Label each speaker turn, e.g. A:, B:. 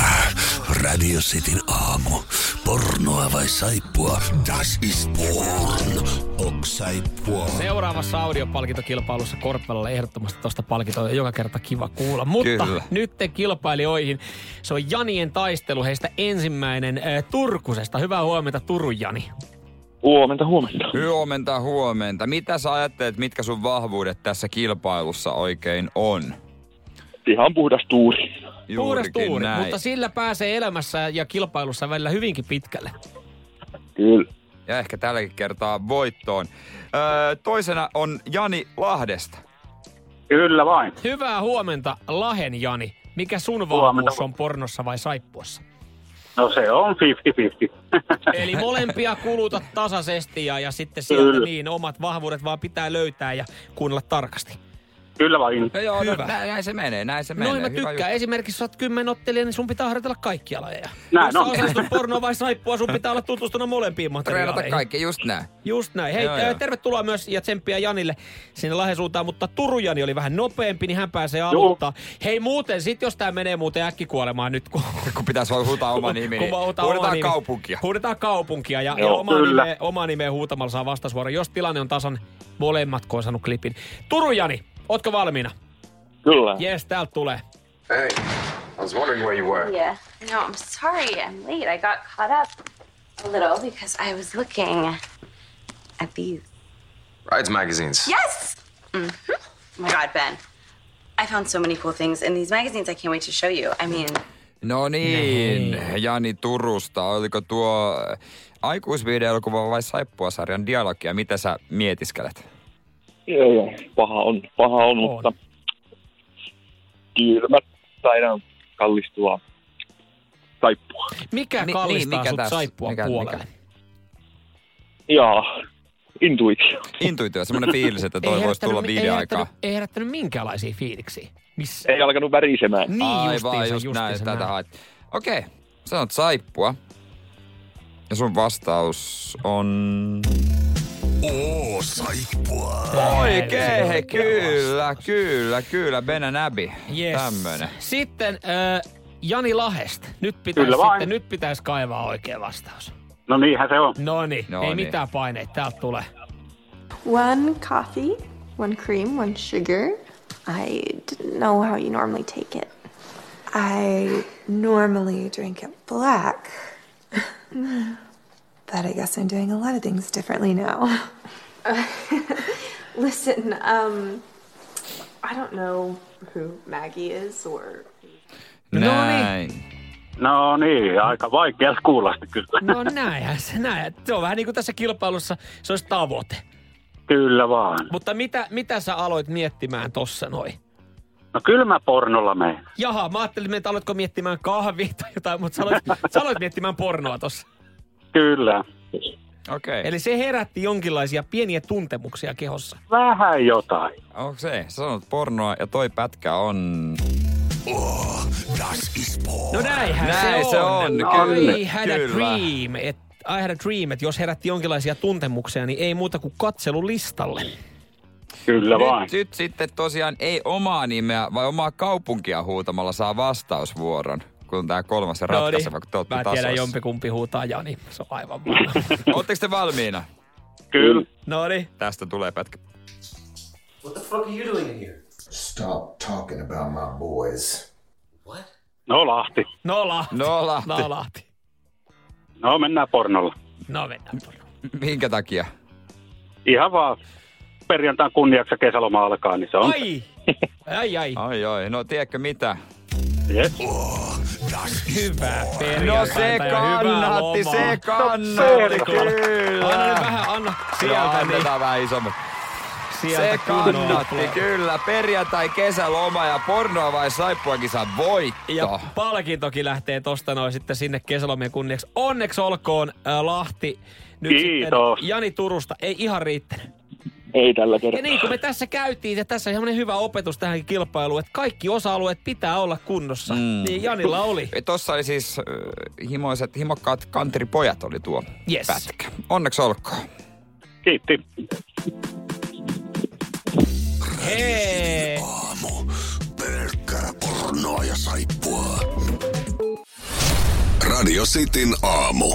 A: Äh, Radio Cityn aamu. Pornoa vai saippua? Das is porn. Oks saippua?
B: Seuraavassa audiopalkintokilpailussa Korppelalle ehdottomasti tuosta palkintoa joka kerta kiva kuulla. Mutta
C: Kyllä.
B: nyt te kilpailijoihin. Se on Janien taistelu, heistä ensimmäinen äh, Turkusesta. Hyvää huomenta Turun Jani.
D: Huomenta, huomenta.
C: Huomenta, huomenta. Mitä sä ajattelet, mitkä sun vahvuudet tässä kilpailussa oikein on?
D: Ihan puhdas tuuri.
B: Puhdas
C: Juurikin
B: tuuri,
C: näin.
B: mutta sillä pääsee elämässä ja kilpailussa välillä hyvinkin pitkälle.
D: Kyllä.
C: Ja ehkä tälläkin kertaa voittoon. Öö, toisena on Jani Lahdesta.
D: Kyllä vain.
B: Hyvää huomenta Lahen Jani. Mikä sun
D: Huomenta.
B: vahvuus on pornossa vai saippuassa?
D: No se on 50-50.
B: Eli molempia kuluta tasaisesti ja, ja sitten sieltä
D: Kyllä.
B: niin omat vahvuudet vaan pitää löytää ja kuunnella tarkasti.
D: Kyllä vain.
C: No joo,
B: Hyvä.
C: Hyvä. Näin, näin se menee, näin se menee.
B: Noin mä
C: Hyvä
B: tykkään.
C: juttu.
B: Esimerkiksi jos sä oot kymmenottelija, niin sun pitää harjoitella kaikkia lajeja.
D: Näin
B: jos sä
D: on.
B: osallistut pornoa vai saippua, sun pitää olla tutustuna molempiin
C: Treenata
B: materiaaleihin.
C: kaikki, just näin.
B: Just näin. Hei,
C: Joo,
B: joo,
C: joo.
B: tervetuloa myös ja tsemppiä Janille sinne Lahden suuntaan, mutta Turun Jani oli vähän nopeampi, niin hän pääsee aloittaa. Hei muuten, sit jos tää menee muuten äkkikuolemaan nyt, kun
C: Kun pitäisi vaan huutaa oma nimi, niin
B: Kun mä otan oma
C: huudetaan
B: nimi.
C: kaupunkia.
B: Huudetaan kaupunkia ja, ja
D: Joo,
B: omaa,
D: kyllä.
B: nimeä, omaa nimeä huutamalla saa vastasuoran, jos tilanne on tasan molemmat, kun on saanut klipin. Turun Jani, ootko valmiina?
D: Kyllä.
B: Jees, täältä tulee.
E: Hey, I was wondering where you were.
F: Yeah. No, I'm sorry I'm late. I got caught up a little because I was looking at these.
E: Rides magazines.
F: Yes! hmm Oh my God, Ben. I found so many cool things in these magazines I can't wait to show you. I mean,
C: No niin, Jani Turusta. Oliko tuo äh, aikuisvideoelokuva vai saippuasarjan dialogia? Mitä sä mietiskelet?
D: Joo, joo. Paha on, paha on, mutta kylmät sairaan kallistua saippua.
B: Mikä
C: Ni-
B: kallistaa
C: niin, mikä
B: sut
C: tässä?
B: saippuan
C: Mikä-
B: puolelle?
C: mikä?
D: Jaa, intuitio.
C: Intuitio, semmoinen fiilis, että
B: Ei
C: toi voisi
B: herättänyt
C: tulla
B: mi-
C: viiden
B: ei
C: aikaa.
B: herättänyt- Ei herättänyt minkäänlaisia fiiliksiä. Missä?
D: Ei alkanut värisemään.
B: Niin
C: Aivan,
B: justiinsa,
C: just näin,
B: justiinsa
C: tätä haet. Okei, sanot saippua. Ja sun vastaus on...
A: Oo, saippua.
B: se
C: Oikein,
B: on
C: he,
B: oikea
C: kyllä, kyllä, kyllä, Benä Näbi.
B: Yes.
C: Tämmönen.
B: Sitten äh, Jani Lahest. Nyt pitäisi,
D: Kyllä vain.
B: sitten, nyt pitäisi kaivaa oikea vastaus.
D: No niinhän se on.
B: Noniin, ei
C: Noniin.
B: mitään paineita. Täältä tulee.
G: One coffee, one cream, one sugar. I didn't know how you normally take it.
H: I normally drink it black. but I guess I'm doing a lot of things differently now.
G: Listen, um, I don't know who Maggie is or
B: niin.
C: Näin.
D: No niin, aika vaikea kuulosti kyllä.
B: No näinhän se näin. Se on vähän niin kuin tässä kilpailussa, se olisi tavoite.
D: Kyllä vaan.
B: Mutta mitä, mitä sä aloit miettimään tossa noin?
D: No kylmä pornolla meen.
B: Jaha, mä ajattelin, että aloitko miettimään kahvia tai jotain, mutta sä aloit, sä aloit miettimään pornoa tossa.
D: Kyllä.
C: Okei,
B: Eli se herätti jonkinlaisia pieniä tuntemuksia kehossa.
D: Vähän jotain.
C: onko se? Sä sanot pornoa ja toi pätkä on...
A: Das is porn.
B: No näinhän
C: Oh. Näin
B: se
C: se
B: on.
C: on,
B: I
C: kyllä,
B: had a
C: kyllä.
B: dream, et, I had a dream, että jos herätti jonkinlaisia tuntemuksia, niin ei muuta kuin katselu listalle.
D: Kyllä vain.
C: Nyt, nyt sitten tosiaan ei omaa nimeä, vai omaa kaupunkia huutamalla saa vastausvuoron, kun tää kolmas ja ratkaiseva, kun te ootte
B: No niin. mä tiedän
C: tasoissa.
B: jompikumpi huutaa Jani, se on aivan varma.
C: Ootteko te valmiina?
D: Kyllä.
B: no niin.
C: Tästä tulee pätkä.
A: Stop talking about my boys.
D: No Lahti.
B: No Lahti.
C: No Lahti.
B: No Lahti.
D: No mennään pornolla.
B: No mennään tuonne.
C: Minkä takia?
D: Ihan vaan perjantain kunniaksi ja kesäloma alkaa, niin se on.
B: Ai! Ai ai.
C: Ai ai, no tiedätkö mitä?
D: Jep.
B: Hyvä
C: No se kannatti, se kannatti,
B: Anna nyt
C: kyllä.
B: vähän, anna
C: Sieltä
B: sieltä. Niin.
C: annetaan vähän isommat.
B: sieltä
C: Se kannatti, kyllä. Perjantai, kesäloma ja pornoa vai saippuakin saa voitto.
B: Ja palkintokin lähtee tosta noin sitten sinne kesälomien kunniaksi. Onneksi olkoon ää, Lahti. Nyt
D: Kiitos.
B: sitten Jani Turusta ei ihan riittänyt.
I: Ei tällä kertaa.
B: Ja niin kuin me tässä käytiin, ja tässä on semmoinen hyvä opetus tähän kilpailuun, että kaikki osa-alueet pitää olla kunnossa. Mm. Niin Janilla oli.
C: Tossa oli siis äh, himoiset, himokkaat kantripojat oli tuo
B: Yes.
C: pätkä. Onneksi olkoon.
D: Kiitti.
B: Hei!
J: Pelkkää pornoa ja saippua. Radio Cityn aamu.